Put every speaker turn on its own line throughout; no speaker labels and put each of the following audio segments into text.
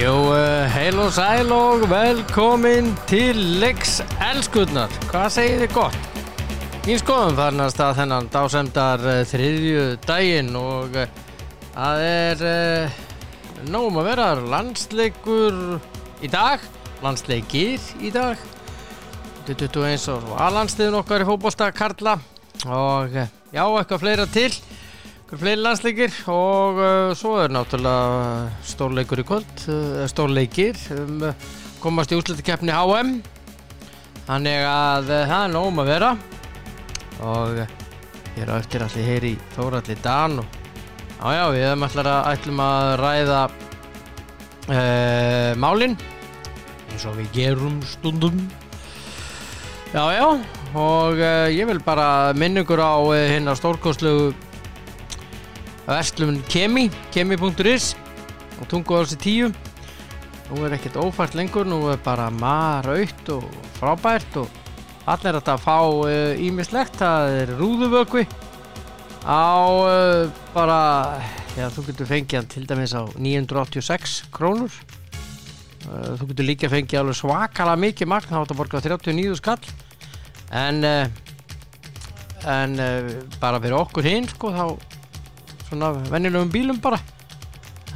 eh, Heil og sæl og velkomin til leiks elskurnar. Hvað segir þið gott? Í skoðum farnast að þennan dásemdar eh, þriðju daginn og eh, það er eh, nóg um að vera landsleikur í dag, landsleikir í dag, 21 og svo aðlandsliðin okkar í fótbolta Karla og eh, já, eitthvað fleira til, eitthvað fleiri landsleikir og uh, svo er náttúrulega stórleikur í kvöld, uh, stórleikir, um, eh, komast í úslutakeppni HM, þannig að uh, það er nóg um að vera og uh, ég er á eftir allir heyri í Þóralli Dan og já já, við erum allar að ætlum að ræða uh, málin eins og við gerum stundum Já, já, og uh, ég vil bara minna ykkur á uh, hérna stórkostlegu verslun Kemi, kemi.is og tungu á þessi tíu. Nú er ekkert ófært lengur, nú er bara maraukt og frábært og allir að þetta fá ímislegt, það er rúðuvökvi á uh, bara, já þú getur fengið hann til dæmis á 986 krónur. Uh, þú getur líka fengið alveg svakalega mikið magn þá áttu að borga 39 skall en uh, en uh, bara fyrir okkur hinn sko þá svona venjulegum bílum bara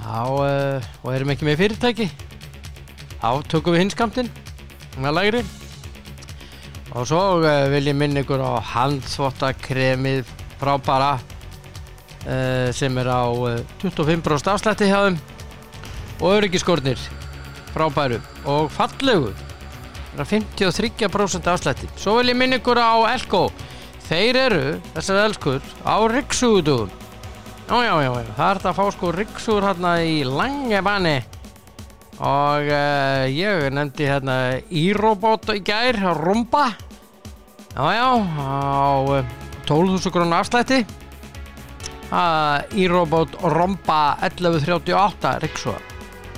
þá uh, og erum ekki með fyrirtæki þá tökum við hinskamtinn með lægri og svo uh, vil ég minna ykkur á handþvottakremið frábara uh, sem er á uh, 25% afslætti hjá þeim og öryggiskornir frábæru og fallegu Það er 53% afslætti svo vil ég minna ykkur á Elko þeir eru, þessar elskur á Ryggsúðun já já já, já, það er þetta að fá sko Ryggsúður hérna í Langemanni og uh, ég nefndi hérna Írobot í gær, Rumba já já á eh, 12.000 krónu afslætti uh, Írobot Rumba 1138 Ryggsúðar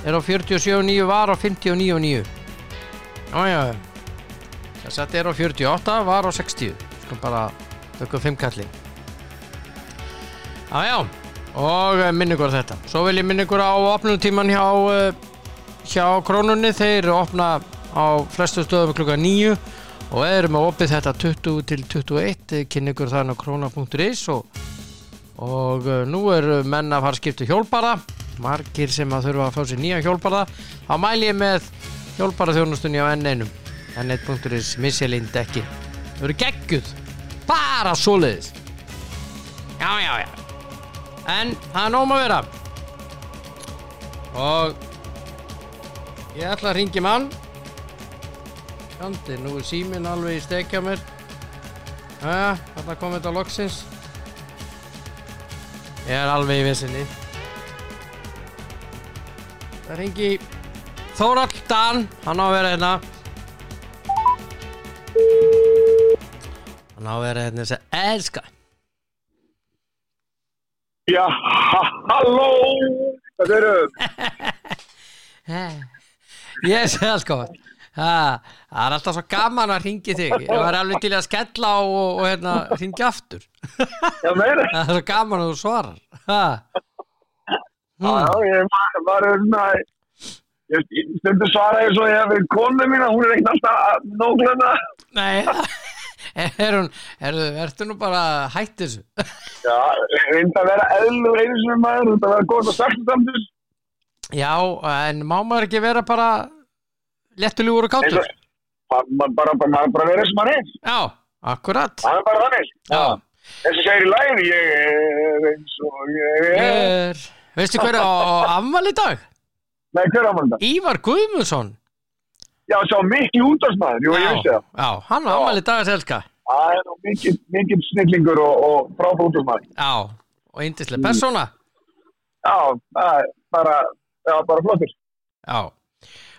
er á 47.9 var á 59.9 Jájá Þess að þetta er á 48 var á 60 Skum bara tökum 5 kalli Jájá Og eh, minni ykkur á þetta Svo vil ég minni ykkur á opnutíman hjá eh, Hjá krónunni Þeir eru opna á flestu stöðum klukka 9 Og eru með opið þetta 20 til 21 Kynni Eh, ykkur þann á króna.is og og uh, nú eru menn að fara að skipta hjólbara margir sem að þurfa að fá sér nýja hjólbara þá mæli ég með hjólbara þjónustunni á N1 N1.is misselinn dekki þau eru gegguð bara svoleiðis já já já en það er nóg um að vera og ég ætla að ringi mann Jandi, nú er síminn alveg í stekja mér Jæja, þarna kom þetta loksins Ég er alveg í vissinni Það ringi Þórald Dan Hann á að vera hérna Hann á að vera hérna þessi elska
Já, ha- halló! Hvað eru?
Ég sé það sko Ha, Það er alltaf svo gaman að ringi þig Ég var alveg til að skella á og, og hérna ringi aftur
Já, meira?
Það er svo gaman að þú svarar ha,
Já, já, ég var- var unna... Ég ég- stundu svara ég svo ég hef verið konu mína, hún er ekkert alltaf hérna. nógluna.
Nei Er hún, er, ertu nú bara hætt þessu
Já, reynda að vera eðlur einu sinni maður, reynda að vera góð og sagt samtis.
Já, en má maður ekki vera bara lettuljúur og
Eins
kátur?
og, ma- ma- bara, bara, maður bara verið sem hann er.
Já, akkurat.
Það er bara þannig.
Já.
Þessi segir í læginu, ég er eins og ég er...
Er, veistu hver er á afmæli í dag?
Nei, hver ámæl þetta?
Ívar Guðmundsson.
Já, sá mikil útdagsmaður, jú, ég vissi það.
Já, hann á afmæli í dag að selka.
Það er nú mikill- mikill snillingur og, og frábúr útdagsmaður.
Já, og yndislega persóna.
Já, það er bara, já, bara flottur.
Já.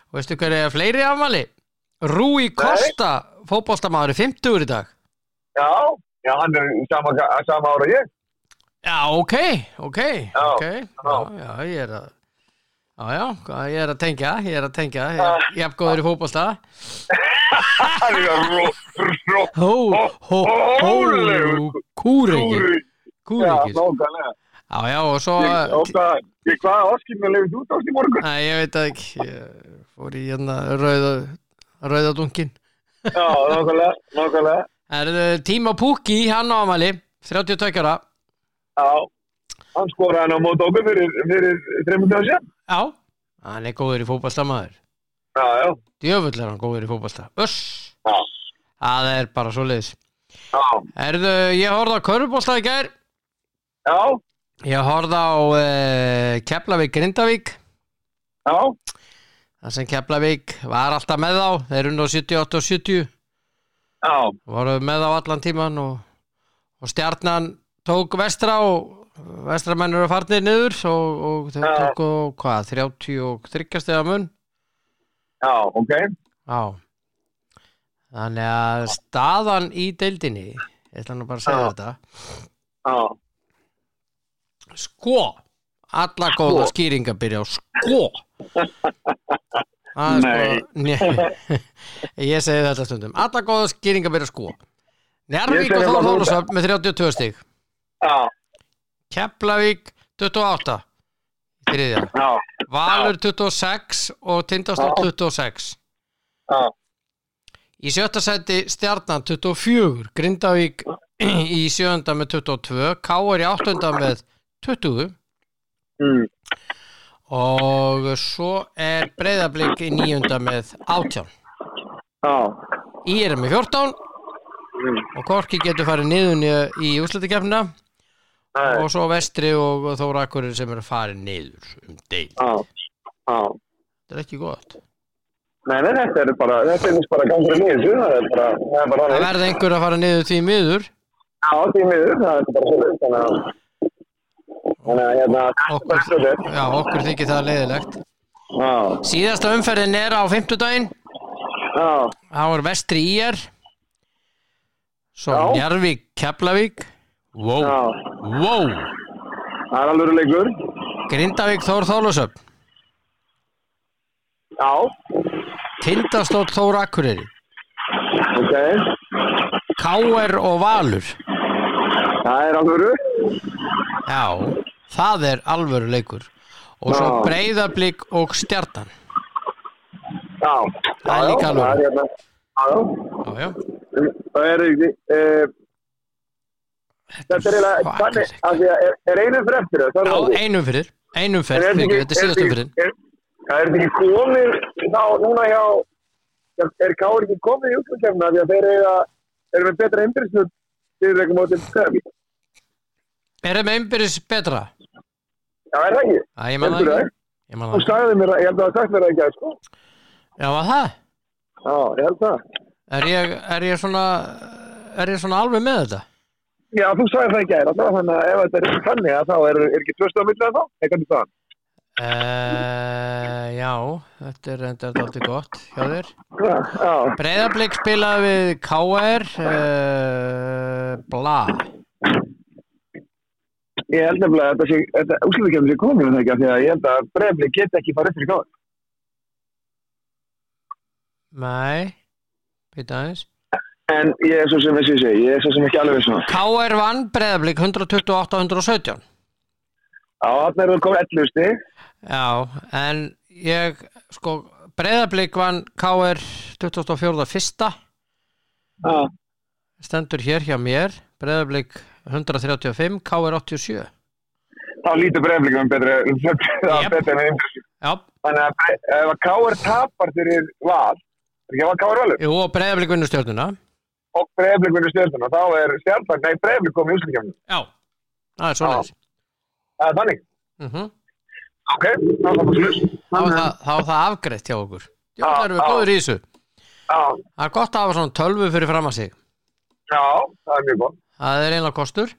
Og veistu hver er fleiri afmæli? Rúi Kosta, fótboltamaður, er 50 í dag.
Já, já, hann er sama, sama ára ég.
Já, ok, ok,
Já,
ok. Já,
já.
já, ég er að... Já, já, hvað- ég er að tengja, ég er að tengja, ég er, ég er góður í fótbolta.
Hann er ró, ró,
Hó, hó, hó,
Ólegur.
kúriki,
rúri. Já,
kúriki.
nákvæmlega.
Já, já, sko. og svo
Ég- og hvað- ég- Hvað áskipinu lefið út ást í morgun?
Nei, ég veit það ekki Ég- fór í hérna rauða, rauða dunkin.
Já, nákvæmlega, nákvæmlega.
Er tíma Pukki, hann á amali, 32 ára.
Já, hann skoraði hann á mót okkur fyrir, fyrir 300 ára síðan.
Já, hann er góður í fótballta maður.
Já, já,
Djöfull er hann góður í fótballta. Öss,
já,
það er bara svo leiðis.
já,
Erðu, ég horfði á Körubólta í gær.
já,
Ég horfði á uh, Keflavík Grindavík.
já,
Það sem Keflavík var alltaf með þá. Þeir eru nú 78 og 70.
já,
Voru með á allan tíman og, og stjarnan tók vestra og vestramenn eru farnir niður og, og þeir
Já.
tóku hvað, 30 og 30 stegar mun.
já, ok,
Já. Þannig að staðan í deildinni, ég ætla nú bara að segja
Já.
þetta.
já,
Sko Alla góða
Sko.
skýringa byrja á sko Það er sko Nei. Ég segi þetta stundum Alla góða skýringa byrja á sko
Ég
Njarvík
segi
og Þór
bara núna.
Þórusöf með 32 stig
já,
Keflavík 28 í Þriðja
já,
Valur 26 og Tindastótt 26
já,
Í sjötta seti Stjarnan 24 Grindavík
Ah.
í sjönda með 22 Káar í áttunda með 20
mm,
og svo er breyðablík í nýjunda með 18
já,
Í er með 14
mm,
og Korki getur farið niður né- í úslutikefna
nei,
og svo vestri og Þóra Akkurir sem eru farið niður um deil
já, já.
þetta er ekki gott
Nei, nei, þetta er bara, þetta er víst bara gangur í nýju, það er bara, það er bara,
það
alveg-
verða einhver að fara niður því miður
já, því miður, það er bara svolítið, þannig að, þannig að, hérna, þetta er
okkur,
svolítið,
já, okkur þykir það leiðilegt
já,
síðasta umferðin er á 50 daginn
já,
þá er vestri í er svo
Já.
Njarvík Keflavík wow,
já,
wow
það er alveg leikur,
Grindavík Þór Þólusöfn
já,
Tindastótt Þóra Akkuriri
ok,
K.R. og Valur
það er alveg,
Já, það er alvöru leikur og svo
Já.
breyðablík og stjartan
já,
Það er
já,
líka
já,
alveg.
það er hérna, já, já,
Já, já
Það er ekki, uh, þetta er eiginlega, þannig,
svakalegt.
af því að er, er einu fyrir eftir það, það
Já,
er það.
einum fyrir, einum
En
fyrir, fyrir þetta er síðast
er
umfyrir
ekki- er- Það er þetta ekki komið, þá, núna hjá, er, er Káur ekki komið í útlökefna því að þeir eiga, eru með betra heimdrisnum fyrir ekki mótið stöfn.
Er það með einbyrðis betra?
Já, er það ekki?
Æ, ég man það
Heldurðu
ekki Ég man
Þú
það ekki
sagði mér að, ég held að það sagt mér það ekki að sko.
Já, var það?
Já, ég held það.
Er ég, er ég svona er ég svona alveg með þetta?
Já, þú sagði það ekki að það, þannig að ef þetta er ekki þannig að þá er, er ekki tvöstu á millið þá, eitthvað til það.
Uh, já, þetta er enda alltaf gott hjá þér
Já, já,
Breiðablík spilaði við K.R. Uh, bla
Ég held nefnilega að þetta sé- þetta úslutakefnum sé komið með það ekki af því að ég held að brefli geta ekki farið fyrir káð.
Nei, býta aðeins
En ég er svo sem þessi segi, ég er svo sem ekki alveg um svona.
K.R. vann breyðablík 128-117
Á, þarna eru komið 11 stig.
Já, en ég sko, breyðablík vann K.R. 2004.
Já,
stendur hér hjá mér breyðablík 135 K.R. 87
þá lítur brefli um betra, um
Jep.
betra en einn.
Já,
Þannig að Bre- ef að káður tapar fyrir val, er ekki að var káður valur,
jú, og breyðablík vinnur stjórnuna
og brefli vinnur stjórnuna, þá er stjárnvagn, nei, brefli komið í úslutakefnum.
Já, það er svoleiðis
Það er þannig.
mm -hmm.
Ok, þá er það bara sluss.
þá, er það- þá er það afgreitt hjá okkur Já,
Já,
það erum við
já.
góður í þessu
Já,
Það er gott að hafa svona tölvu fyrir fram að sig
já, það er mjög gott.
Það er einlega kostur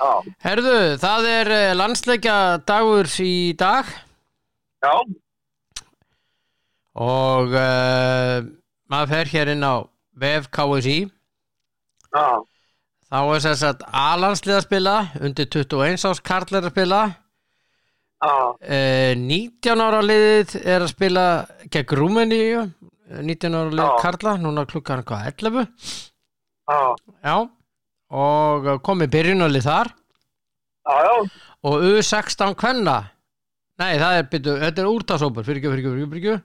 Já,
Herðu, það er landsleikja dagur í dag
já,
og uh, maður fer hér inn á VF KSI
já,
þá er þess að A-landsliða spila undir 21 árs karlar að spila
já,
uh, 19 ára liðið er að spila gegn Rúmeníu 19 ára liðið
Já.
karla núna klukkan hvað 11
já,
já, og eh, komið byrjunalið þar
já, já,
og U16 kvenna nei það er, byrju, þetta er úrtasópur fyrir ekki, fyrir ekki, fyrir ekki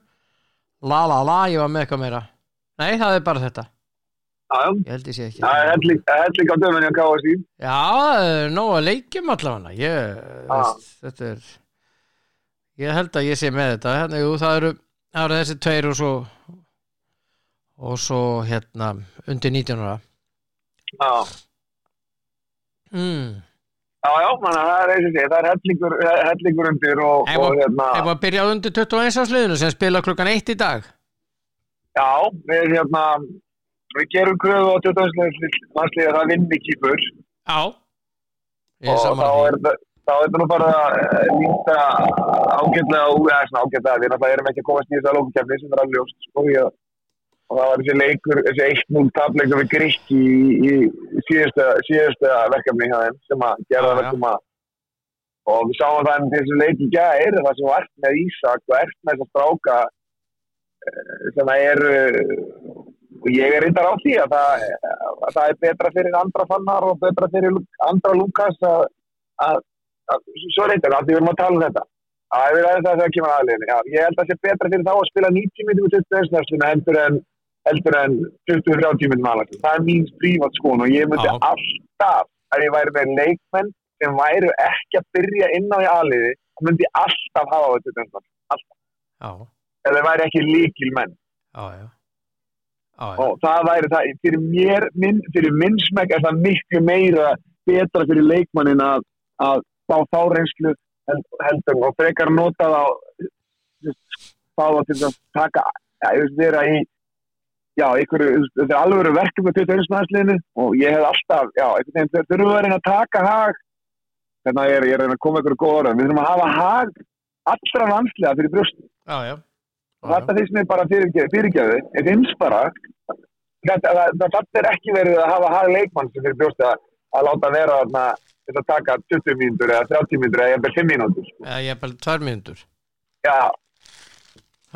La la la, ég var með eitthvað meira Nei, það er bara þetta
Já, já.
Ég held ég sé ekki
Það er helling- það er helling á dömunni á KSI.
Já, það er nóg að leikjum allavega ég,
Já.
veist, þetta er ég held að ég sé með þetta hérna, jú, það, eru, það eru þessi tveir og svo og svo hérna undir 19 ára
Já,
mm.
já, já, manna, það er eins og sé, það er hellingur, hellingur undir og,
Ef
og
að-
hérna,
Ef að byrja á undir 21 ásliðinu sem spila klukkan 1 í dag
já, við hérna, við gerum kröfu á 20. landslið að það vinni kýpur
Já Ég er
og þá
saman að
er það, þá er það nú bara eh, líta ágætlega úr, eða svona ágætlega, við náttúrulega erum ekki að komast í þess að lókukefni sem er alveg ljóst, sko, ég, og það var þessi leikur, þessi 1-0 tapleikur við Grikki í, í síðasta, síðasta verkefni hjá þeim sem að gera
Já,
það
já.
verkum að og við sáum það en þessu leik í gær það sem var með Ísak og ert með þessa stráka eh, sem að eru og ég er reyndar á því að það, að það er betra fyrir andra fannar og betra fyrir Lú- andra Lukas að, að, að svo reyndar, af því við erum að tala um þetta að við erum að það kemur aðliðinu já, ég held að það sé betra fyrir þá að spila 90 minnum og 20 snarsluna heldur en heldur en 20-30 minnum aðliðinu það er mín prívat skoðun og ég myndi
Já.
alltaf að ég væri með leikmenn sem væru ekki að byrja inn á í aðliði þá myndi ég alltaf hafa á þetta
Já,
eða þeir væri ekki líkilmenn
já, já Já, já,
og það væri það, fyrir mér minn, fyrir minn smekk er það miklu meira betra fyrir leikmannin að, að fá þá reynslu hel- heldur og frekar nota þá þú veist, fá þá til að taka ja, ég veist vera í já, ykkur, þetta er alveg verkefni til dörnsmæðsliðinu og ég hef alltaf já, einhvern veginn, þau- þurfum við að reyna að taka hag þannig að ég er, ég er að reyna að koma ykkur góð orðum, við þurfum að hafa hag allra vanslega fyrir brjóst
já, já.
og þetta finnst mér bara fyrirgefið, fyrirgefið ég finnst bara þetta, það, það, það er ekki verið að hafa hag leikmann sem fyrir brjóst að, að láta vera þarna þetta taka 20 mínútur eða 30 mínútur eða jafnvel 5 mínútur
Já, ég er bara tvær mínútur
já,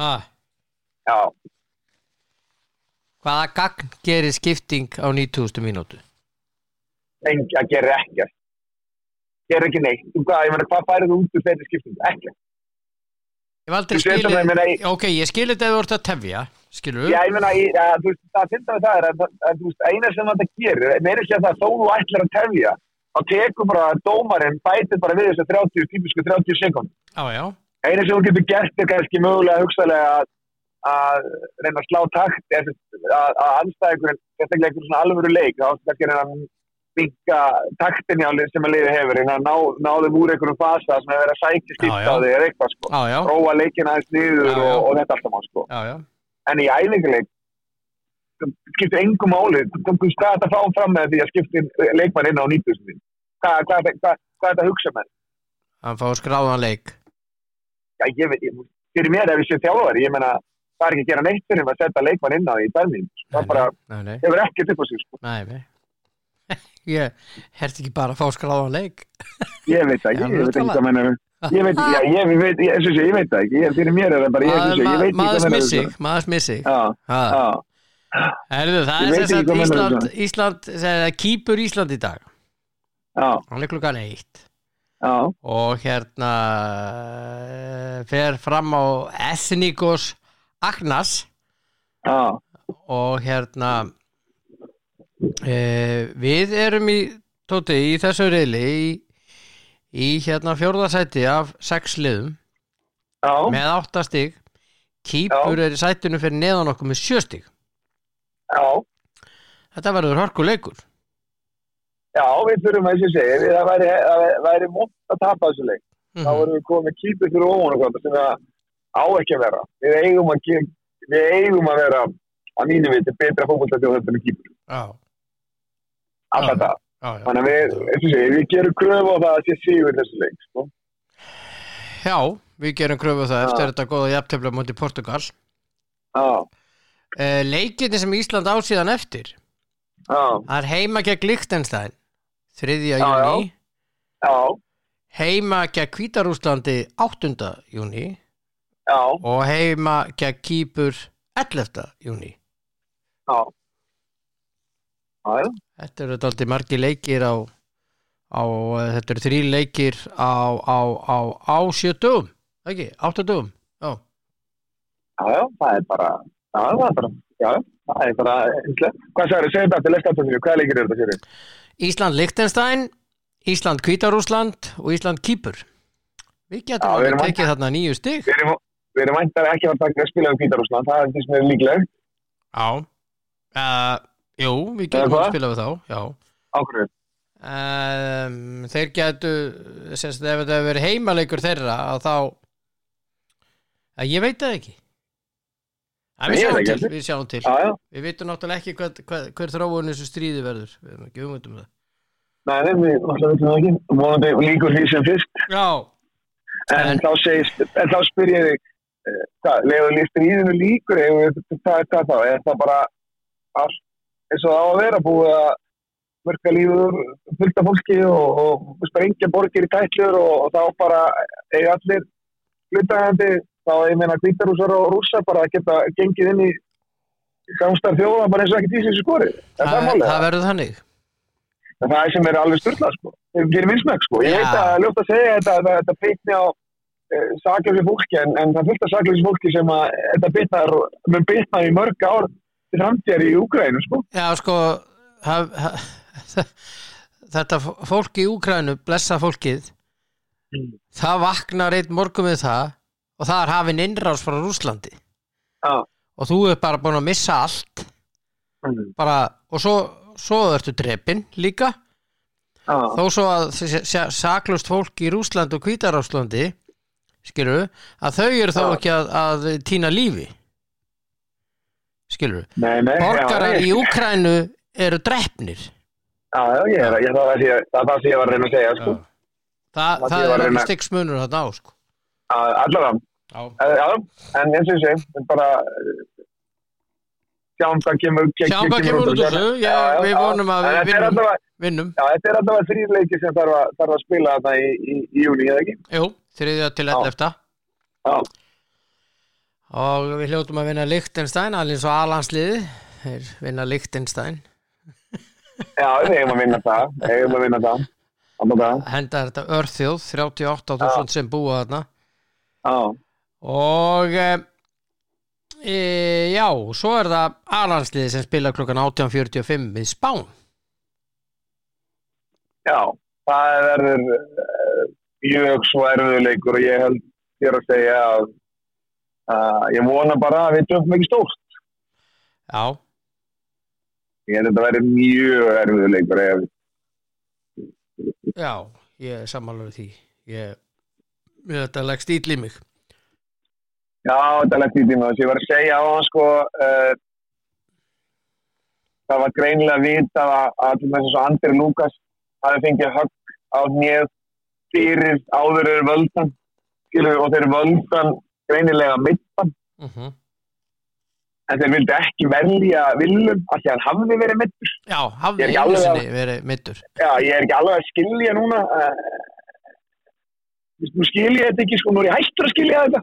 ha.
já,
Hvaða gagn gerir skipting á 90. mínútu?
en að gera ekkert gera ekki neitt þú, hvað, ég meina, hvað færið þú út úr þeirri skiptingu? ekkert
Ég hef aldrei
Þú setur
skilið
það, ég meina, ég-
Ok, ég skilið þetta ef þú ert að tefja Skilur
Já, ég meina, ég- ja, þú veist, það finnst að það er að, að þú veist, eina sem þetta gerir, meira sér það að þó þú ætlar að tefja, þá tekur bara dómarinn, bætir bara við þessu 30, típisku 30 sekund.
Já, já,
einu sem þú getur gert er kannski mögulega hugsaðlega að, að reyna að slá takt eða sem sagt að, að anstæðingurinn, sérstaklega einhvern svona alvöru leik, þá áttu kannski að reyna að minka taktin í alveg sem að liði hefur, reyna að ná, ná þeim úr einhverjum fasa sem hefur verið að sækja
Já,
skipt
já.
á þig eða eitthvað sko.
já, já,
Róa leikina aðeins niður
Já, já.
Og, og þetta allt saman sko.
já, já.
En í æfingarleik það skiptir engum máli, Þú- þú veist, hvað er þetta að fá fram með því að skiptir leikmann inn á nýttusundin? Hvað, hvað, hvað, hvað, hvað er þetta að hugsa með?
Hann fá skráðan leik
já, ég veit, ég- fyrir mér ef ég sé þjálfari, ég meina, það er ekki að gera neitt fyrir um að setja leikmann inn á því í dæmin. Það bara
Nei, nei,
hefur ekkert upp á sig, sko.
nei, nei. Ég herti ekki bara að fá skráðan leik
Ég veit það
Já, þú
ekki, ég veit ekki
talar.
hvað mennur. Ég veit, já, ég veit, ég, eins og sé, ég veit það ekki, ég, fyrir mér er það bara, ég, eins og sé, ég veit
Maður-
ekki hvað
Maður
mennur.
smissig, maður smissig
Já, já,
Herðu, það
Ég
er
veit
þess
ekki
að
hvað mennur
Ísland, Ísland sem kýpur Ísland í dag
já,
Hann er klukkan eitt
já,
og hérna eh, fer fram á Ethnikos Agnas
já,
og hérna e, við erum í Tóti, í þessu reyli í, í hérna fjórðasæti af sex liðum
já,
með átta stig Kýpur er í sætinu fyrir neðan okkur með sjö stig
já,
þetta verður hörkuleikur
já, við þurfum að eins og sé, við- það væri, það væri mótt að tapa þessu leik.
mm
þá vorum við komið með kýpið fyrir ofan og hvað sem það á ekki að vera við eigum að, ge- við eigum að vera að mínu viti betra fókvöldstætti á þetta með kýpið
já,
alltaf
Já.
það,
já, já.
þannig að við, eins og sé, við gerum kröfu á það að sé sigur í þessu leik sko.
já, við gerum kröfu á það
Já.
eftir þetta góða jafntefla múti Portugal
á,
e, leikinni sem Ísland á síðan eftir
á,
það er heima gegn Lichtenstein 3.
Já, já.
júni
á,
heima gegn Hvítarúslandi 8. júni
á,
og heima gegn Kýpur 11. júni
á á,
þetta eru daldi margi leikir á, á eh, þetta eru þrý leikir á, á, á, á sjö dögum ekki, áttu dögum já,
á, já, já, það er bara, já, það er bara, já, já, það er bara, einhverjum. Hvað sagður, segjum þetta til leikstafsöfnir, hvaða leikir eru þetta fyrir?
Ísland Liechtenstein, Ísland Kvítarúsland og Ísland Kýpur Við
Já,
getum
við
alveg
erum að-
tekið þarna nýju stig
Við erum, við erum væntar ekki að fara að taka að spila um Pítarúsland, það er því sem er líklegt,
Já uh, Jú, við
Eða
getum
hvað?
að spila við þá Já
ákveður.
um, þeir getu sérst, ef þetta hefur verið heimaleikur þeirra að þá að ég veit það ekki að við,
Ég veit
sjáum
ekki
til,
heldur.
við sjáum til
Já, já,
við vitum náttúrulega ekki hvað, hvað, hver þróun þessu stríði verður við erum ekki umvöndum það
nei, nei, við náttúrulega veitum það ekki, vonandi líkur því sem fyrst,
já,
en,
En-
þá segist, en þá spyr ég þig, eh, hvað, leiður lístur í þinu líkur, eigum við- hvað er það þá, er það bara allt eins og það á að vera búið að mörka lífur fullt af fólki og, og sprengja borgir í tætlur og, og þá bara eiga allir hlutagandi þá ég meina kvítarúsar og rússar bara að geta gengið inn í samstarf þjóða bara eins og ekki tísins skori það, það,
það,
það,
það
það,
verður þannig
það er sem er alveg styrla sko. fyrir minnsmæk sko. ég
Já.
veit að það er ljótt að segja þetta þetta, þetta bitni á uh, saklösi fólki en, en það er fullt af saklösi fólki sem að þetta bitnar, mun bitna í mörg ár til framtíðar í Ukraínu sko.
já sko haf, haf, þetta f- fólk í Úkrænu blessa fólkið
Mm.
það vaknar einn morgun við það og það er hafinn innrás frá Rúslandi
já
og þú er bara búin að missa allt
Mm.
bara, og svo, svo ertu drepin líka
Já.
þó svo að saklust fólk í Rúsland og Kvítarástlandi skilur að þau eru þá
Já.
ekki að, að týna lífi skilur
Nei, nei,
borgarar
já,
í Úkrænu eru drefnir
Já, já, ég er, ég, það, var, ég, það var það sem ég var að reyna að segja, sko.
Já. það,
Það
það
ég var
er
að reyna-
ekki styggsmunur þarna á sko.
Að- Allavega,
já.
eh, já, en eins og ég segi, við bara eh, sjáum hvað kemur, ke-
sjáum hvað kemur út úr þessu Já, við vonum að
En
við
þetta er
vinnum,
allavega,
vinnum.
já, þetta er allavega þrýr leiki sem þarf að, þarf að spila þarna í, í, í júni, eða ekki?
Jú, þriðja til
Já.
11
Já,
og við hljótum að vinna Lichtenstein alveg eins og Alansliði þeir vinna Lichtenstein
já, við eigum að vinna það, við eigum að vinna það, þannig að,
henda þetta örþjóð 38.000 sem búa þarna
já,
og e, e, já, svo er það Alansliði sem spila klukkan 18.45 við Spán
já, það verður eh, mjög svo erfiður leikur og ég held þér að segja að, að ég vona bara að við tökum ekki stórt.
já,
Ég held að þetta væri mjög erfiður leikur ef
já, ég er sammálaður því ég, ég þetta leggst íll í mig
Já, þetta er lagt í tíma. Ég var að segja á hann sko, uh, það var greinilega vita að, að til þess að Andri Lukas hafi fengið högg á hnið fyrir áður er völdan skilur, og þeir völdan greinilega mittan
uh
en þeir vildi ekki velja villum af því að hann hafði verið mittur.
já,
Ég
hafði
er ekki
einu
alveg að-
sinni verið middur
Já, ég er ekki alveg að skilja núna. Uh, nú skilja ég þetta ekki, sko, nú er ég hættur að skilja þetta.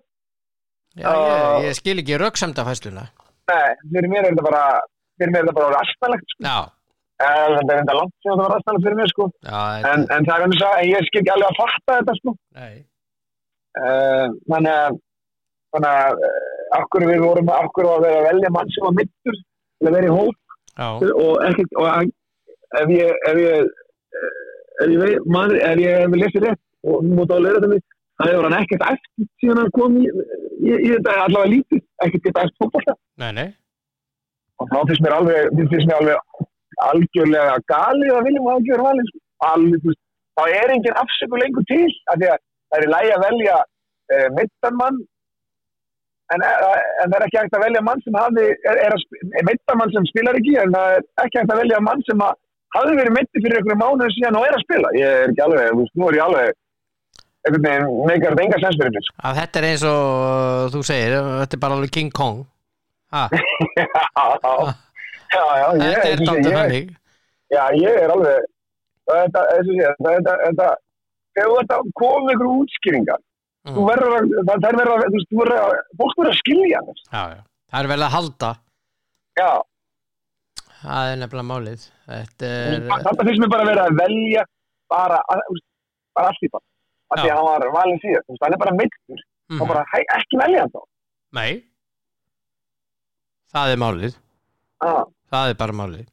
já, ég, ég skil ekki röksamdafæsluna
Nei, fyrir mér er þetta bara, fyrir mér er þetta bara astanlegt sko.
já,
Eh, þetta er enda langt sem það var aðstæðan fyrir mér sko.
já,
en,
þetta,
en það er eins og að ég skil ekki alveg að fatta þetta sko.
nei
Eh, þannig að þannig að eh, okkur við vorum okkur var verið að velja mann sem var mittur til að vera í hóp
já,
og, ekkert, og hann- ef ég ef ég, eh, ef ég, vei- man, ef ég, ef ég lesi rétt og nú mútu á leira þetta mig þannig var hann ekkert eftir síðan hann kom í, í, í þetta allavega lítið ekkert geta eftir fótbolta
nei, nei
og þá finnst mér alveg, mér finnst mér alveg algjörlega galið að viljum að gera valið sko. alveg, þú veist, þá er engin afsöku lengur til af því að það er í lægi að velja e, mittan mann en, e, en það er ekki hægt að velja mann sem hafði, er, er að sp- e, mittan mann sem spilar ekki en það er ekki hægt að velja mann sem að hafði verið mitti fyrir einhverju mánuð síðan og er að spila ég er ekki alveg, þú veist, nú er ég alveg einhvern veginn, meikar þetta enga sensbyrjum sko.
að þetta er eins og uh, þú segir, uh, þetta er bara alveg King Kong ha,
já, já, já, ég,
þetta er
ég-
dálítið
ég-
þannig
Já, ég er alveg, þetta, þessu sé, þetta, þetta, þetta, ef þetta kom ykkur útskýringar, þú
Mm,
verður að, það þær verður að, þú veist, þú verður að, fólk verður að skilja þess.
já, já. það er vel að halda
Já,
það er nefnilega málið þetta er,
þetta finnst mér bara að vera að velja, bara, að- þú veist, bara allt í bara, af því
Já.
að hann var valin síðan, þú veist, hann er bara meittur, þá
mm,
bara, hei, ekki velja hann þá.
nei, það er málið
ah,
það er bara málið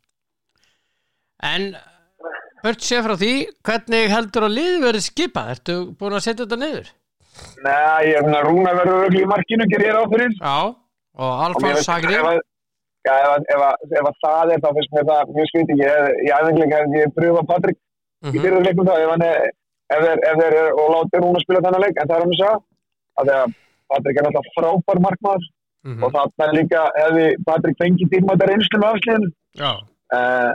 en börn sé frá því hvernig heldur að liði verið skipað ertu búin að setja þetta niður
Nei, ég er svona rúna verður öll í markinu ger ég ráð fyrir
já, og
Og mér
Alfons
finnst-
Sagri
ef að- Já, ef, að- ef, að- ef að það er þá finnst mér það mjög skvítið ég, ég aðeinslega hef ég pröfað Patrik í
Mhm.
fyrirleikum þá ef, hann er, ef, þeir, ef þeir er, og láti Rúna spila þennan leik en það er hann að segja að þegar Patrik er náttúrulega frábær markmaður
Mhm.
og þarna líka hefði Patrik fengið dýrmættar einslu með afslíðin
já,
uh,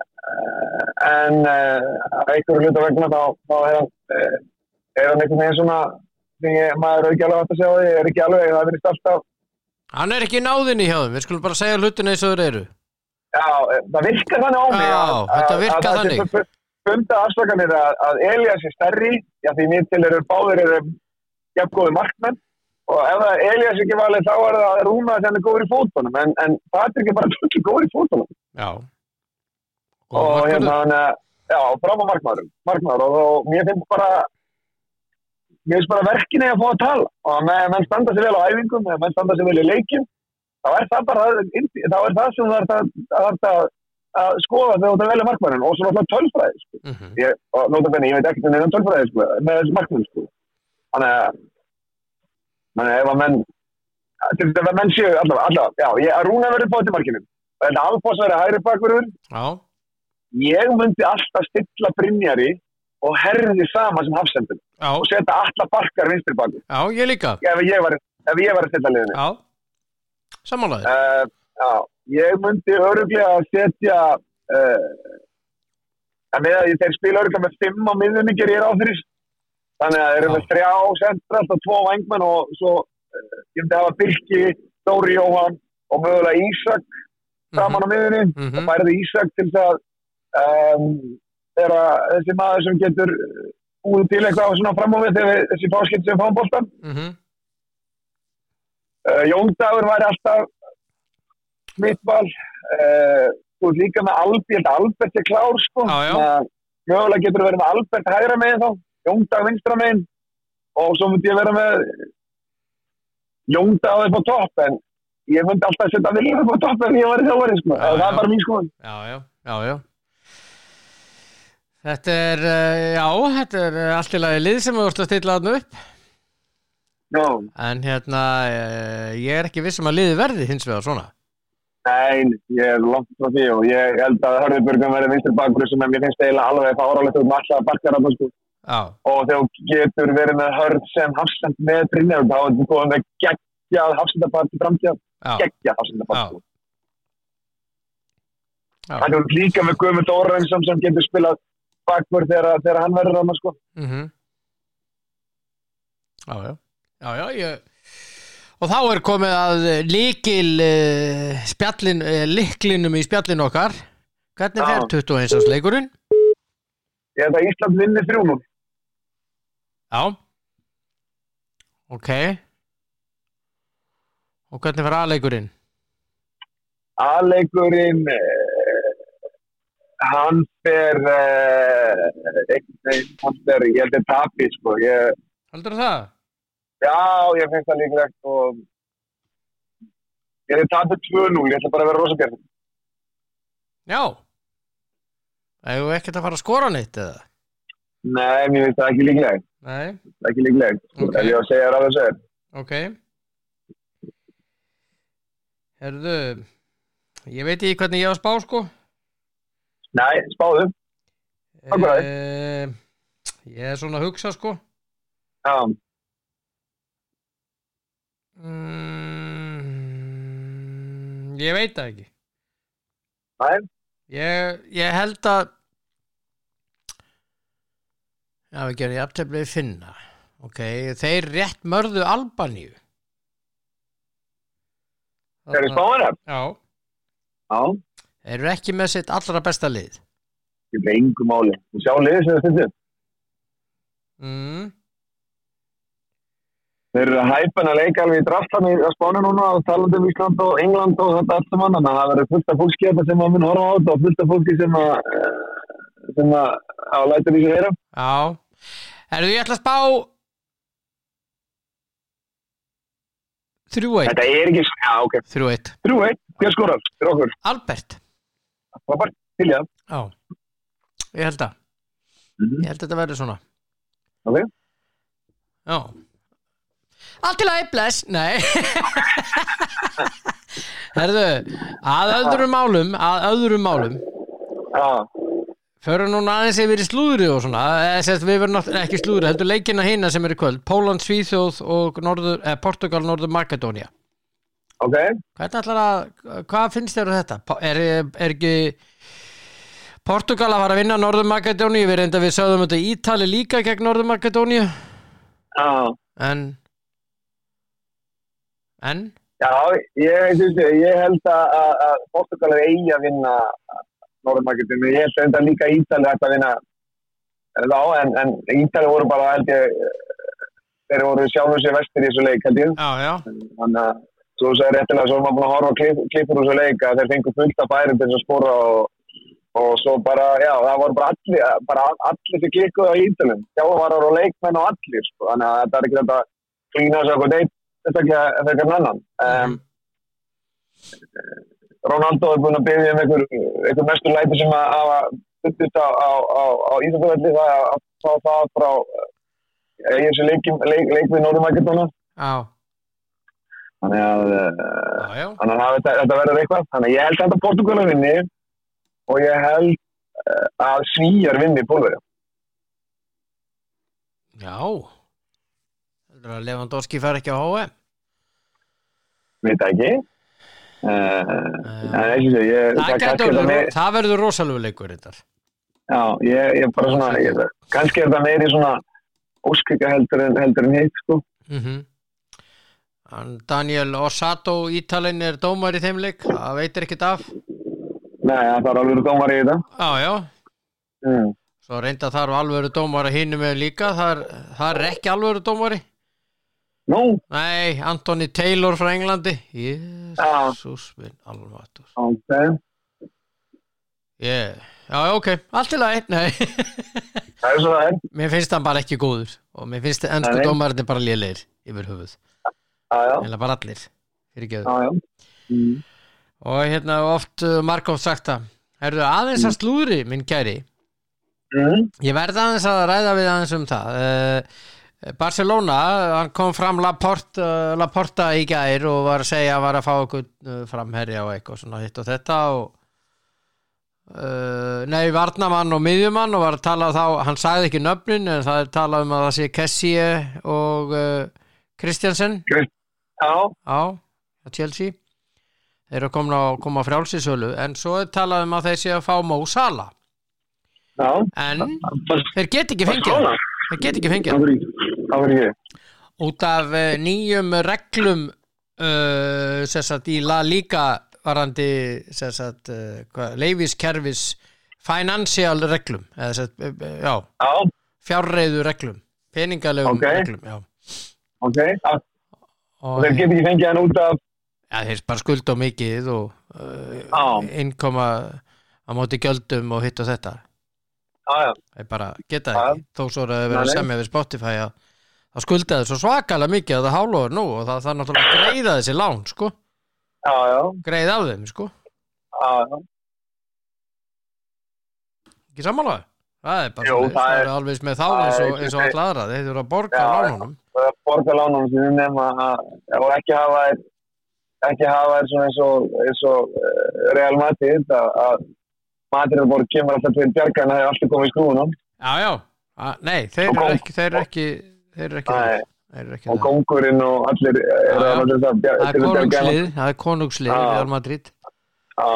en uh, að einhverju hluta vegna þá, þá er hann uh, er hann einhvern veginn svona sem ég, maður er ekki alveg átt að segja á því er ekki alveg, það verðist alltaf
hann er ekki í náðinni hjá þeim við skulum bara segja hlutin eins og þeir eru
Já, eh, það virkar þannig á mig
Já,
að-
þetta
að-
virkar
að það sé
þannig.
fu- Funda afslaganir að, að Elias er stærri, já því mér til eru báðir eru jafn góði markmenn og ef það er Elias ekki valið þá er það Rúna sem er góður í fótunum en, en Patrik er bara ekki góður í fótunum
já
og
og
hérna
hérna
hann, eh, já, fram á markmaðurum markmaður og, og mér finnst bara mér finnst bara verkinni að fá að tala og með menn standa sér vel á æfingum með menn standa sér vel í leikjum þá er það bara, þá er það sem það er að, að, að, að skoða þegar þú ert að velja markmaðurinn og svo náttúrulega tölfræði sko.
Mhm.
ég, og notabenni, ég veit ekkert um neitt tölfræði sko, með þessi markmaður sko. þannig að þannig að ef að menn til þess að menn séu allavega, allavega já, ég, að Rúna verður bóti markinum en Alfons verður hægri bakverður
já,
ég myndi alltaf stilla Brynjari og herði saman sem hafsendur
já,
og setja alltaf barkar vinstri baki
já, ég líka
ef ég var, ef ég var að stilla liðinu
já, samanlega
uh, já, ég myndi öruglega að setja uh, að með að ég þeir spila öruglega með fimm á miðunni ger ég ráð fyrir þannig að þeir eru
Já.
með þrjá sentra alltaf tvo vangmenn og svo uh, ég myndi hafa Birki, Dóri Jóhann og mögulega Ísak saman á miðunni
Mhm.
og færði Ísak til þess að um, er að þessi maður sem getur úr til eitthvað svona fram á við þegar við- þessi fáskipt sem fáum bóltan
Mhm.
uh, Jóndagur væri alltaf mittval uh, þú ert líka með Albert Albert er klár sko
Já, já.
Þannig að mögulega getur verið með Albert hægra megin þá Jóndag vinstra megin og svo myndi ég vera með Jóndag upp á topp en ég myndi alltaf setja Vilja upp á topp ef ég var í þjóðverið sko
Já,
það
já.
er bara mín skoðun
já, já, já, já. Þetta er, eh, já, þetta er eh, allt í lagi lið sem við vorum að stilla þarna upp.
no.
En hérna, eh, ég er ekki viss um að liði verði hins vegar svona.
Nei, ég er langt frá því og ég held að Hörðurbjörgum verði vinstur bakur sem mér finnst eiginlega alveg fárálegt út með alltaf bakkar af sko.
Já,
og þegar þú getur verið með Hörð sem hafsend með Brynjar þá er þú komið með geggjað hafsendapart í framtíð
já,
geggjað hafsendapart sko.
Já.
Þannig að þú ert líka með Guðmund Órensson sem getur spilað bakur þegar, þegar hann verður ráma sko.
mhm. Já, já, já, já, ég... Og þá er komið að líkil uh, spjallin, uh, líklinum í spjallin okkar. Hvernig
Já.
fer 21. árs leikurinn?
Ég held að Ísland vinni þrjúnum
Já Ok Og hvernig fyrir aðleikurinn?
aðleikurinn eh, hann fer eh, einhvern veginn, hann fer, ég held að tapi sko, ég,
Heldur það?
já, ég finnst það líklegt og ég held að tapi 2-0, ég ætla bara að vera rosakert
Já Eða við ekkert að fara að skora neitt eða?
nei, mér finnst það ekki líklegt
Nei,
það er ekki líklegt,
Ok.
ef ég á að segja ráð að segja
ok Herðu Ég veit ekki hvernig ég var að spá sko
nei, spáðu, Akkurat.
Eh, Ég er svona að hugsa sko
já,
mm, Ég veit það ekki
nei
Ég, ég held að Já, við gerum jafnteflið finna Ok, þeir rétt mörðu Albaníu
er það spáðan það?
Já,
já,
þeir eru ekki með sitt allra besta lið
ég er engu máli þú sjá liðið sem það stundir
mm.
Þeir eru að hæpa hann að leika alveg í draft hann í á Spáni núna og talandi um Ísland og England og þetta allt saman þannig að það verður fullt af fólki hérna sem að mun horfa á þetta og fullt af fólki sem að eh, sem að á lætur í sig heyra
Já Erðu ég ætla að spá Þrjú eitt
Þetta er ekki, já ok,
3-1
3-1 Hver skorar? Fyrir okkur.
Albert
Það var bara til í það.
Já, ég held að
Mhm.
Ég held að þetta verður svona
Ok.
Já Allt til að bless Nei Herðu, að öðrum málum Að öðrum málum
Já.
Förum núna aðeins yfir í slúðri og svona eða sem sagt, Við verðum náttúrulega ekki slúðri Heldur leikina hina sem er í kvöld Póland, Svíþjóð og norður, eh, Portugal, Norður Makedónia
Ok.
Hvernig ætlar að, hvað finnst þér um þetta? Pa- Er, er ekki Portugal að fara að vinna Norður Makedóníu? Við reynda við sögðum þetta Ítali líka gegn Norður Makedóníu
Já.
en en
Já, ég, ég, ég held að, að, að Portugal er eigi að vinna Norðmarketin, ég held að líka Ítali ætti að vinna þá, en, en Ítali voru bara, held ég, eh, þeir voru sjálfum sér vestir í þessu leik, held ég.
Já, já,
Þannig að, svo þú sagði réttilega, svo er maður búin að horfa á klipp, klippur úr þessu leik, að þeir fengu fullt af bæri til þess að spora og, og svo bara, já, það voru bara allir, bara allir sem klikkuðu á Ítalum, þjálfarar og leikmenn og allir, sko, þannig að þetta er ekki þetta klína þessu okkur neitt, þetta er ekki að, þetta er ekki að annan. Um, Ronaldo er búin að byrja um einhver, einhver mestu læti sem að hafa byggðist á, á, á, á Ísafjörðli það að að fá það frá eh, í þessu leik, leik, leik við Norðumakedóna
já,
þannig að eh,
já, já.
þannig að það- þetta, þetta verður eitthvað þannig að ég held að þetta Portugala vinni og ég held eh, að Svíjar vinni Pólverja
já. Heldur að Lewandowski fær ekki á HM
veit það ekki
Já.
uh, en ekki sé ég,
Eh, Það,
kannski
gæti
er
orðið-
það meir-
það verður rosalegu leikur þetta
Já, ég, ég bara svona, ég, kannski er það meiri svona óskika heldur en, heldur en hitt, sko.
mm Daniel Osato Ítalin er dómar í þeim leik það veitir ekkert af
Nei, það er alveg dómar í þetta.
Já, já,
Mm.
Svo reynda þarf alvöru dómari hinum með líka, þar, þar er ekki alvöru dómari.
Nú,
Nei, Anthony Taylor frá Englandi.
Já.
Jésús minn alvatur.
ok.
Yeah. Já, já, ok, allt í lagi. Nei,
Það er svo það er.
mér finnst hann bara ekki góður og mér finnst ennsku
Nei.
dómarinni bara lélegir yfir höfuð.
Já, já,
Eða bara allir, fyrir
já, já. Mm.
Og hérna oft uh, margóft sagt það. Herðu aðeins að slúðri, minn kæri.
Mm.
Ég verði aðeins að ræða við aðeins um það uh, Barcelona hann kom fram Laporta, Laporta í gær og var að segja að var að fá okkur eh, framherja og eitthvað svona hitt og þetta og uh, nei, varnamann og miðjumann og var að tala þá, hann sagði ekki nöfnin en það er talað um að það sé Kessie og uh, Kristjansen
Já,
á, á Chelsea þeir eru komin að koma frjálsisölu en svo er talað um að þeir sé að fá Mó Sala
já.
en
Bara
Þeir get ekki fengið
Barcelona?
hann. Þeir get ekki fengið
Það
hann.
verður ekki. Það verður ekki.
Út af eh, nýjum reglum uh, sem sagt í La Liga varandi sem sagt uh, hvað, leifiskerfis financial reglum eða sem sagt, eh, eh, já,
Já,
fjárreiðu reglum peningalegum
Ok.
reglum já.
ok. Að,
og
þeir geta ekki fengið hann út af,
ja, þeir bara skulda of mikið og uh,
já,
innkoma á móti gjöldum og hitt og þetta
já, já.
þeir bara geta
Já.
ekki þó svo er að vera
Nei, nei.
semja við Spotify að það skuldaði svo svakalega mikið að það hálóður nú og það, það náttúrulega að greiða þessi lán sko,
Já, já,
greiða af þeim sko
já, já.
ekki sammála það er bara
Jú,
svoleiðis.
það
það
er-
er alveg með þá
það er-
eins og, eins og allra aðra þeir þurfa að borga
Já,
af
já.
lánunum
Það er borga lánum sínum nema að, og ekki hafa þeir, ekki hafa þeir svona eins og, eins og uh, Real Madrid að, að Madridborg kemur alltaf til bjargan að það er alltaf komið í skrúðunum
já já, A, nei þeir
Og
eru
kom-
ekki þeir eru ekki þeir eru ekki,
Nei.
þeir eru
og
ekki það.
kongurinn og allir eh,
Já,
eru
já.
að láta það
það
bjar-
er
til að bjarga
konungslið það er konungslið
Já.
í Real Madrid
Já,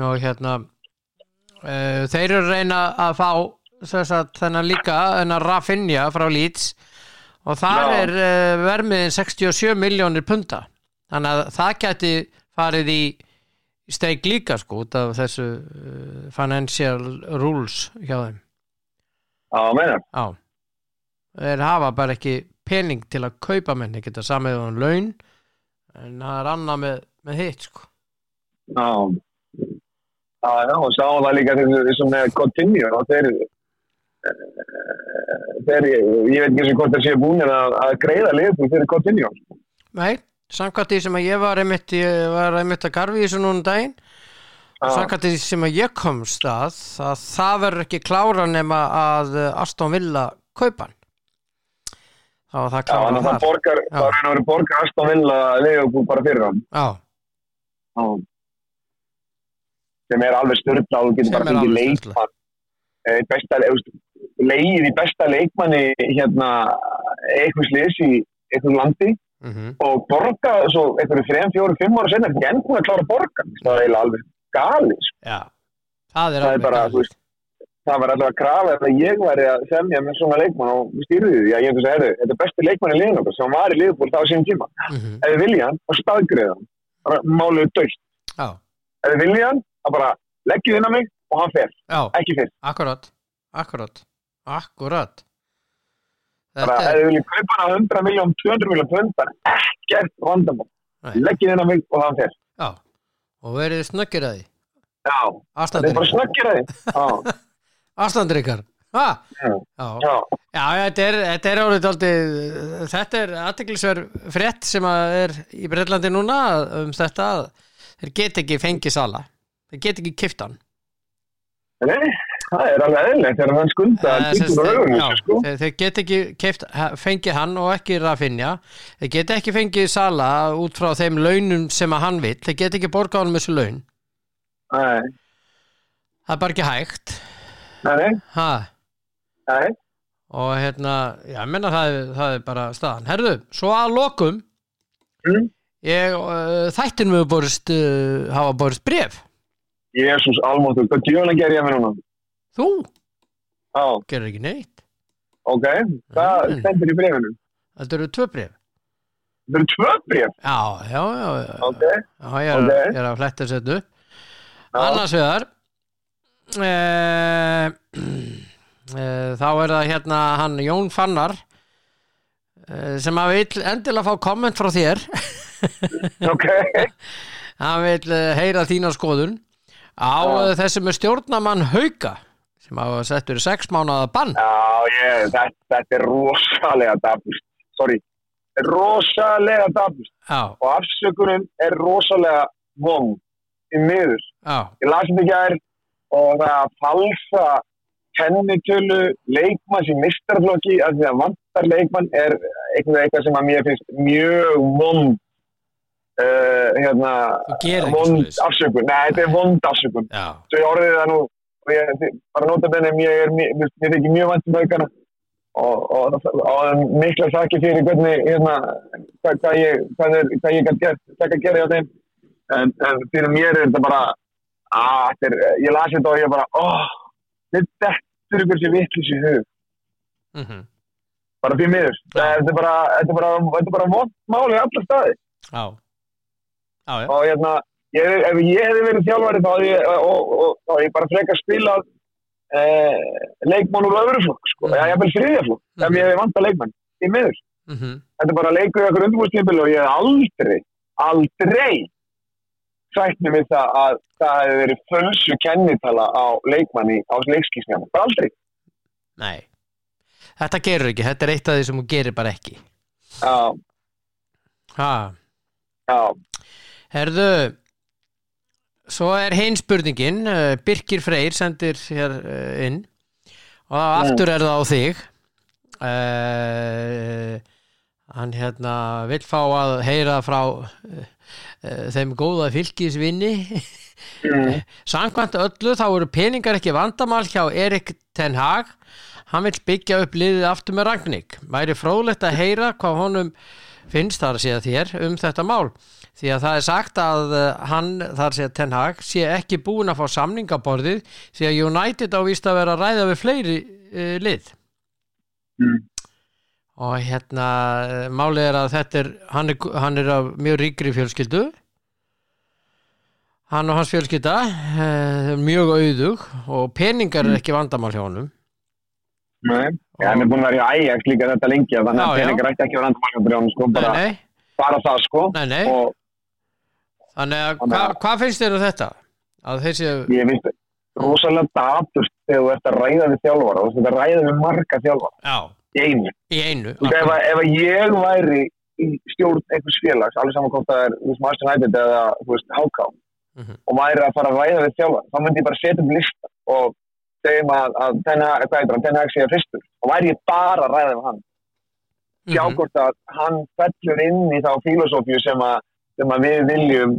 og hérna uh, þeir eru að reyna að fá sem sagt, þennan líka, þennan Rafinha frá Leeds og þar
Já.
er uh, vermiðin 67 miljónir punta þannig að það gæti farið í í steik líka sko út af þessu uh, financial rules hjá þeim
já, meina
Já. Þeir hafa bara ekki pening til að kaupa menn, ekki þetta samið um laun, en það er annað með, með hitt, sko.
Já, já, já, og sáum það líka þessu þessu með Coutinho og þeir eh, þeir, ég veit ekki sem hvort það séu búinir að, að greiða liðbúl fyrir Coutinho
Nei, samkvæmt því sem að ég var einmitt, ég var einmitt að garfi í þessu núna um daginn og samkvæmt því sem að ég komst að að það verður ekki klára nema að eh, Aston Villa kaupa hann þá var það
Já,
klára
þannig að það borgar,
Já.
það er að vera borgar Aston Villa Leopold bara fyrir hann.
Já,
Já. Sem er alveg styrla
Sem
og þú getur
er
bara fyrir
alveg
leikmann. eh, Besta, eh, veist, leigið í besta leikmanni hérna einhvers liðs í einhvers landi
mhm,
og borga svo einhverju 3, 4, 5 ára senna ekki enn búin að klára borgan. Það er eiginlega alveg galið. sko.
já Það er
Það er
alveg
bara,
galið.
þú veist, Það var alltaf að krafa ef að ég væri að semja með svona leikmann og stýrði því að ég hefði þess að herðu, þetta er besti leikmann í liðin okkur sem var í liðbúl þá sín tíma.
Mhm,
ef við vilja hann og staðgriða hann bara málið er dögt
Já,
ef við vilja hann þá bara leggjum inn á mig og hann fer
já,
ekki fyrst
akkurat Akkurat, akkurat
bara
Þetta
ef
er,
við viljum kaupa hann á 100 miljón 200 miljón pundar ekkert vandamál
Nei.
leggjum inn á mig og hann fer
já og verið snöggir að því
já það er bara
Aðstandir,
snöggir að því já
aðstandir ykkar Ha,
Já.
já
já
Já, já, þetta er, þetta er árið aldrei, þetta er aðteglisverð frétt sem að er í Breitlandi núna um þetta að þeir get ekki fengið sala, þeir get ekki kipt hann.
nei það er alveg eðlilegt þegar hann skunda
Eh, sem sagt,
byggur
þeir,
augunum
já,
sér sko
þeir, þeir get ekki kipt, fengið hann og ekki Rafinha, þeir get ekki fengið sala út frá þeim launum sem að hann vill, þeir get ekki borgað hann með þessu laun,
nei
það er bara ekki hægt,
nei, nei
ha,
nei
og hérna, já, ég menna það, er- það er bara staðan. Herðu, svo að lokum,
Mm.
Ég, uh, þættinum hefur borist, uh, hafa borist bref.
Jésús almáttur hvað djöfna ger ég mér núna
Þú
já
gerir ekki neitt.
ok það
Mm.
stendur í brefinu
Þetta eru tvö bref.
það eru tvö bref
Já, já, já. já.
ok
já ég, er,
ok.
ég er að fletta þessu upp.
Já.
Annars vegar, e, e, þá er það hérna hann Jón Fannar eh, sem að vil endilega fá komment frá þér.
ok
Hann vil eh, heyra þína skoðun á eh,
Já.
já. þessum er stjórnamann Hauka sem hafa settur í sex mánaða bann.
Já, ég, þetta, þetta er rosalega dapust. Sorry. Rosalega dapust.
Já,
Og afsökunin er rosalega vong í miður.
já,
Ég las þetta í gær og það að falsa kennitölu leikmann sem mistarflokki að því að vantar leikmann er eitthvað, eitthvað sem að mér finnst mjög vond uh, hérna,
þú gerir ekki svo
vond afsökun. Nei, þetta er vond afsökun
Já,
svo ég orðið það nú og ég þið- bara nota benni ég er mjög- mér mér þykir mjög vant um aukana og, og, og mikla þakki fyrir hvernig hérna, hvað, hvað ég hvað, er, hvað ég kann gert, taka að gera hjá þeim en, en fyrir mér er þetta bara að, þetta er, ég lasi þetta og ég bara oh, þetta er ykkur sem vittlis í hug
mhm.
bara því miður, þetta er bara þetta er bara, þetta er bara vond máli í alla staði
Já Já, já,
og hérna, ég, ef ég hefði verið þjálfari þá hefði ég, og, og, og, þá hefði ég bara frekar spilað e, leikmann úr öðru flokk, sko,
Mhm.
eða jafnvel þriðja flokk,
Mm.
ef ég hefði vantað leikmann, í miður.
mhm,
Þetta er bara leikur í okkur undirbúrstímpil og ég hef aldrei, aldrei sætt mig við það að það hefði verið fölsu kennitala á leikmanni á leikskísnjáma, bara aldrei.
nei Þetta gerur ekki, þetta er eitt af því sem hún gerir bara ekki
Já,
Ha,
já,
herðu Svo er hinn spurningin eh, Birgir Freyr sendir hér eh, inn og aftur er það á þig uh, Hann hérna vill fá að heyra frá uh, þeim góða fylgisvinni
mm,
Samkvæmt öllu þá eru peningar ekki vandamál hjá Erik Ten Hag. Hann vil byggja upp liðið aftur með Ragník. Væri fróðlegt að heyra hvað honum finnst þar séð þér um þetta mál. Því að það er sagt að eh, hann þar séð Ten Hag sé ekki búin að fá samningaborðið því að United ávist að vera að ræða við fleiri uh, lið.
mm,
Og hérna eh, málið er að þetta er, hann er, hann er af mjög ríkri fjölskyldu. Hann og hans fjölskylda eh, mjög auðug og peningar er ekki vandamál hjá honum.
nei. Mm. Já, hann er búin að vera í Ajax líka þetta lengi, þannig
Já,
að
já.
peningar ætti ekki að vera andamægum brjónum, sko,
Nei,
bara,
nei,
bara það, sko.
nei, nei.
Og
Þannig að
Þannig
hva,
að-
hvað finnst þér um þetta? Að þeir séu,
ég finnst rosalega dapurst þegar þú ert að ræða við þjálfara þú ert að ræða við marga þjálfara Sko,
já,
í einu
í einu.
Þú veist, ef, að- ef að ég væri í stjórn einhvers félags, alveg saman hvort það er þú veist, Master United eða þú veist, HK
Mhm.
og maður er að fara að ræða við þjálfan þá myndi ég bara setja upp lista og segjum að, að Ten Hag- hvað heitir hann, Ten Hag sé að fyrstur og væri ég bara að ræða við hann sjá
Mhm.
hvort að hann fellur inn í þá filosófíu sem að, sem að við viljum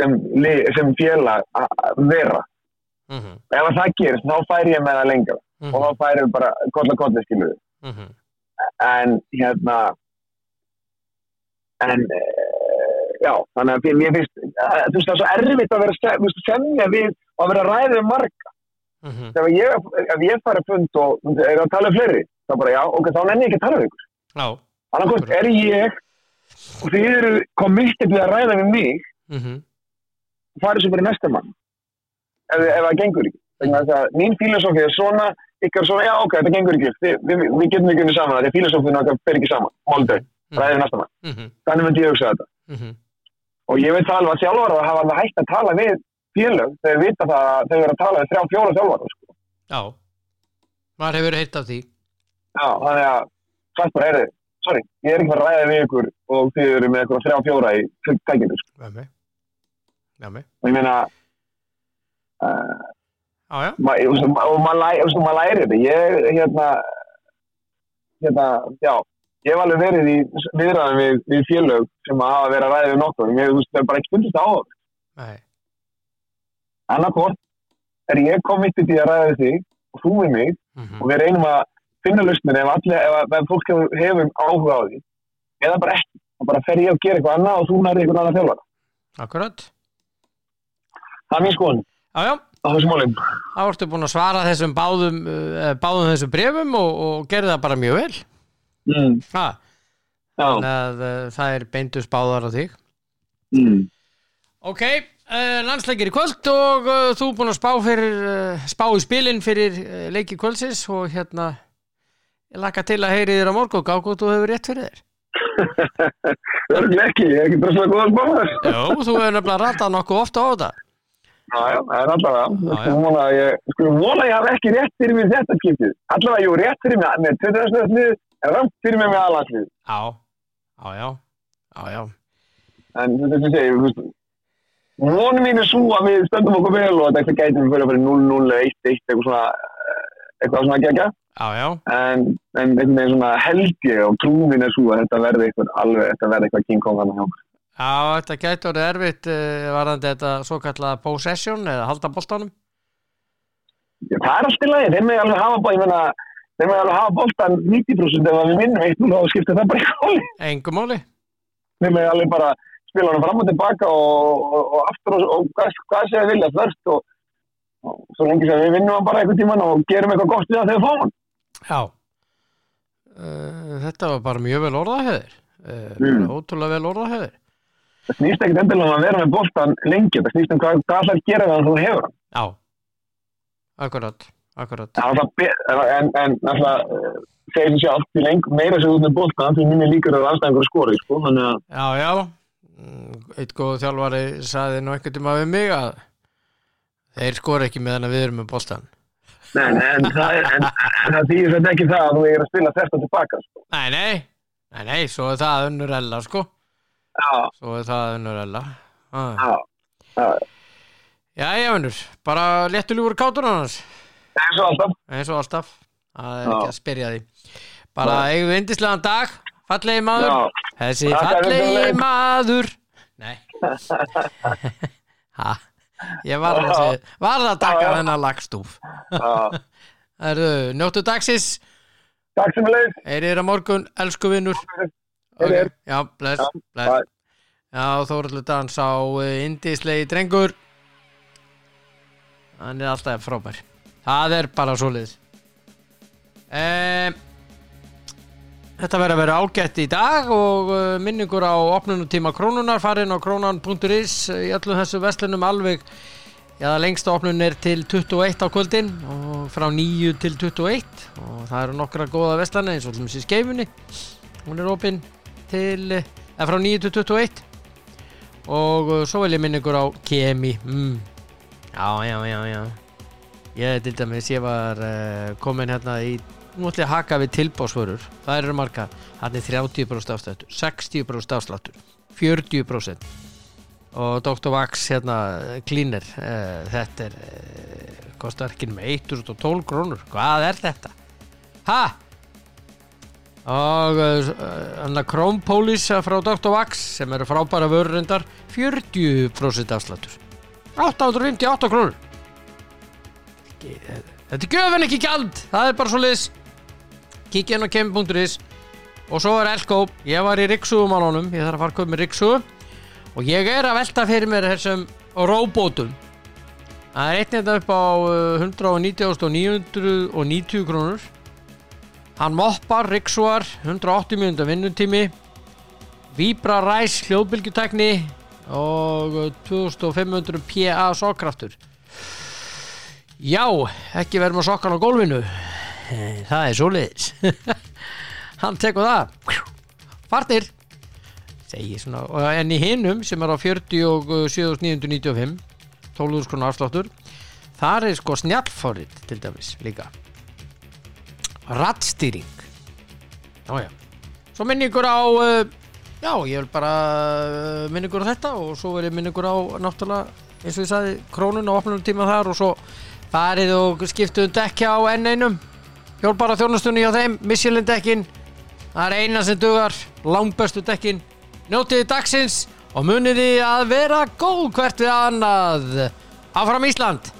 sem, li- sem félag að- að vera.
Mhm.
Ef að það gerist, þá færi ég með það lengra
Mhm.
og þá færi við bara kolla kolla skilur við.
Mhm.
En hérna, en eh, já, þannig að fyrir mér finnst, eh, þú veist það er svo erfitt að vera sem- þú veist, semja við og að vera ræðið marga.
Mhm.
Ef ég, ef ég fara fund og er að tala við fleiri, þá bara já, ok, þá nenni ég ekki að tala við ykkur.
Já.
Annarkort er ég og þið eru committed við að ræða við mig
Mhm.
og farið svo bara í næsta mann ef, ef það gengur ekki þannig að það, mín fílasófi er svona ykkar svona, já ok, þetta gengur ekki við, við, við getum ekki unni saman, þetta er fílasófin okkar fer ekki saman, máldu,
Mm.
ræðið við næsta mann
Mhm.
þannig myndi ég hugsa þetta
Mhm.
og ég veit alveg að þjálfarar hafa alveg hægt að tala við félög þegar vita það að þau eru að tala við þrjá fjóra þjálfarar sko.
Já. Maður hefur heitt af því.
já, þannig að, sagt bara, heyrðu, sorry ég er ekki að fara að ræða við ykkur og þið eru með ykkur þrjá fjóra í tækinu sko.
Með mig. Með mig.
og ég meina uh,
Já, já.
Ma- ég veist, og maður læ- ég veist, maður læri þetta ég hérna hérna, já ég hef alveg verið í viðræðan við, við félög sem að hafa verið að ræða við nokkur ég þú veist, það er bara ekki fundist á það
Nei.
annarkort er ég komið til því að ræða við þig og þú við mig
Mhm.
og við reynum að finna lausnir ef, allir, ef, að- ef fólk hefur, hefur áhuga á því eða bara ekki og bara fer ég að gera eitthvað annað og þú nærið eitthvað annað þjálfara
Akkurat.
það er mín skoðun
Já, já.
á þessum málum
Þá ertu búin að svara þessum báðum, uh, báðum þessum brefum og, og gerði það bara mjög vel.
mm,
Ha,
já,
þannig að uh, það er beindus báðar á þig.
mm.
Ok, uh, landsleikir í kvöld og uh, þú er búin að spá, fyrir, uh, spá í spilin fyrir uh, leiki kvöldsins og hérna ég laka til að heyri þér á morgun og gá hvort þú hefur rétt fyrir þér.
örguleg ekki, ég er ekki droslega góðan báðar
Jó, þú hefur nefnilega ratað nokkuð ofta á þetta.
Já, já, það er allavega.
Já,
Við
já.
skulum vona að ég, skulum vona að ég hafi ekki rétt fyrir mér í þetta skiptið. Allavega, jú, rétt fyrir mér með 20. lið, en rámt fyrir mér með aðlandslið.
Já, já, já, já, já.
En þetta sem ég segi, þú veist, vonum mín er svo að við stöndum okkur vel og þetta gæti við fyrir að fyrir 0-0 eða 1-1, eitthvað svona, eh, eitthvað svona gegja.
Já, já,
En, en einhvern veginn svona held ég og trú mín er svo að þetta verði eitthvað alveg, þetta verði eitthvað King Kong hann hjá mér.
já, þetta gæti orðið erfitt uh, varandi þetta svo kallaða possession eða halda boltanum.
Já, Það er allt í lagi, þeim er alveg hafa bá, ég meina, þeim er alveg hafa bóltan 90% ef að við minnum eitt núna og skipta það bara ekki hóli.
Engum máli.
þeim er alveg bara spila hann fram og tilbaka og, og, og aftur og, og hvað, hvað sem þið vilja þvert og, og svo lengi sem við vinnum hann bara einhvern tíman og gerum eitthvað gott við það þegar við fáum hann.
Já uh, Þetta var bara mjög vel orðahöður uh,
Mm.
Ótrúlega vel orðahöður
Það snýst ekkert endilega um að vera með boltan lengi, það snýst um hvað, hvað það gera þannig að þú hefur hann.
Já Akkurat, akkurat
Það er alltaf be- en, en alltaf eh, segir sem sjálf, því leng, meira sem þú ert með boltan, því minni líkur að aðstæðingur skori, sko, þannig að
Já, já Mm, Eitt góð þjálfari saði nú einhvern tíma við mig að þeir skora ekki með hann að við erum með bóstan
Nei, nei, en það, er, en, en það þýðir þetta ekki það að þú er að spila þess að tilbaka, sko.
Nei, nei, nei, nei, svo er það unnur ella sko,
Já,
svo er það unnur ella ah.
já, já,
Já, já, unnur, bara léttu ljúfur kátur annars
eins og alltaf.
eins og alltaf, það er ekki
Já.
að spyrja því bara eigum við indislegan dag fallegi maður
Já,
þessi
Takk,
fallegi
Alex.
maður nei ha, ég var að, segja- var að taka þennan lagstúf
já.
Erðu, njóttu dagsins
Takk sem leið.
Eirið á morgun, elsku vinnur
Heyrið.
Já, bless,
Já, bye.
bless Já, Þóraldur Dan sá indislegi eh, drengur Hann er alltaf frábær Það er bara svoleiðis um, Þetta verður að vera ágætt í dag og eh, minningur á opnunutíma krónunar farin á krónan.is eh, í öllum þessu vestlunum alveg Já, það lengsta opnun er til 21 á kvöldin og frá 9 til 21 og það eru nokkra góða vestlana eins og allum sér skeifunni hún er opinn til eða frá 9 til 21 og uh, svo vil ég minna ykkur á KMI mm. já, já, já, já ég til dæmis, ég var uh, komin eh, hérna í nú ætlum ég að haka við tilbásvörur það eru margar, hann er 30% afslættur 60% afslættur 40% og Dr. Vax hérna klínir uh, þetta er uh, kostar ekki með 1012 krónur hvað er þetta? ha? og uh, hann að Krónpólis frá Dr. Vax sem eru frábæra vörurindar 40% afslættur 858 krónur Ekki- eh, Þetta er gjöfin ekki gjald, það er bara svo liðs Kíkja inn á kemi.is Og svo er Elko, ég var í Riksuðumálunum Ég þarf að fara að köpa með Riksuðu Og ég er að velta fyrir mér þessum Róbótum Það er eitt nefnda upp á uh, 190.990 krónur Hann moppar Riksuðar 180 minúta vinnutími Vibra Ræs hljóðbylgjutekni Og uh, 2500 PA sókraftur Já, ekki verðum að sokka hann á gólfinu Eh, Það er svoleiðis Hann tekur það Farnir Segir svona, og en í hinum sem er á 47.995 12.000 krónu afsláttur þar er sko snjallfárið til dæmis líka Rattstýring Jájá Svo minn ykkur á uh, Já, ég vil bara uh, minn ykkur á þetta og svo vil ég minn ykkur á náttúrulega eins og ég sagði krónun á opnunum tíma þar og svo farið og skiptuðu dekja á enn einum hjálpara þjónastunni hjá þeim Michelin dekkin það er eina sem dugar langbestu dekkin njótiði dagsins og muniði að vera góð hvert við annað áfram Ísland